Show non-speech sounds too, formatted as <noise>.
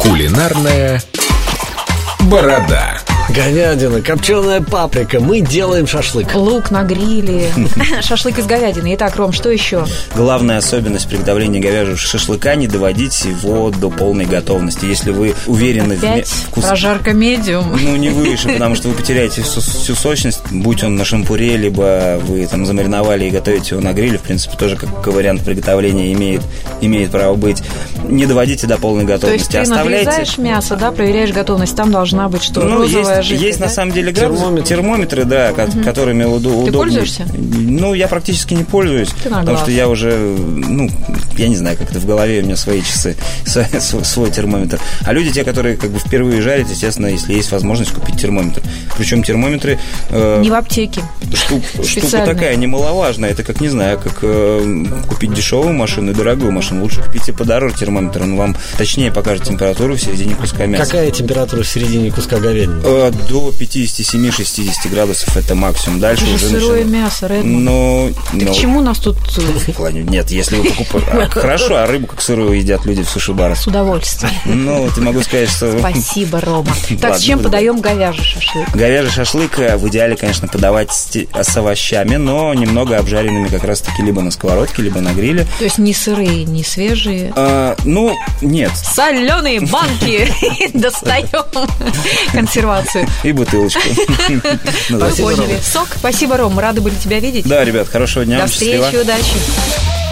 Кулинарная борода. Говядина, копченая паприка. Мы делаем шашлык. Лук на <laughs> гриле, шашлык из говядины. Итак, Ром, что еще? Главная особенность приготовления говяжьего шашлыка – не доводить его до полной готовности. Если вы уверены в ме- Пять. ну, вкус... Прожарка медиум. Ну, не выше, потому что вы потеряете всю, всю сочность, будь он на шампуре, либо вы там замариновали и готовите его на гриле, в принципе, тоже как вариант приготовления имеет, имеет право быть. Не доводите до полной То есть готовности. ты Оставляйте. надрезаешь мясо, да, проверяешь готовность. Там должна быть что? Ну, есть, розовая жидкость, есть на да? самом деле градус- Термометр. термометры, да, ко- которыми уд- удобно. пользуешься? Ну, я практически не пользуюсь, Ты на потому глаз. что я уже, ну, я не знаю, как это в голове у меня свои часы, <laughs> свой, свой- свой термометр. А люди, те, которые как бы впервые жарят, естественно, если есть возможность купить термометр. Причем термометры э, Не в аптеке. <laughs> штук- штука специальные. такая немаловажная. Это как не знаю, как э, купить дешевую машину и дорогую машину. Лучше купите подороже термометр, он вам точнее покажет температуру в середине куска мяса. Какая температура в середине куска говядины? Э, До 57-60 градусов это максимум. Дальше Это же уже сырое начинает- мясо, Редмонд. Ну, Ты ну, к чему нас тут э, в плане- нет, если <laughs> вы покупаете... Хорошо, а рыбу как сырую едят люди в суши-барах. с <laughs> удовольствием? Ну, ты могу сказать, что... Спасибо, Рома. Так, с Ладно, чем буду подаем говяжий шашлык? <laughs> Говяжий шашлык э, в идеале, конечно, подавать с, те- с овощами, но немного обжаренными как раз-таки либо на сковородке, либо на гриле. То есть не сырые, не свежие. А, ну, нет, Соленые <laughs> банки <laughs> достаем консервацию. и бутылочку. <laughs> Ну, да. Вы поняли. Сок. Спасибо, Ром. Рады были тебя видеть. Да, ребят, хорошего дня. До вам, счастливо. встречи, удачи.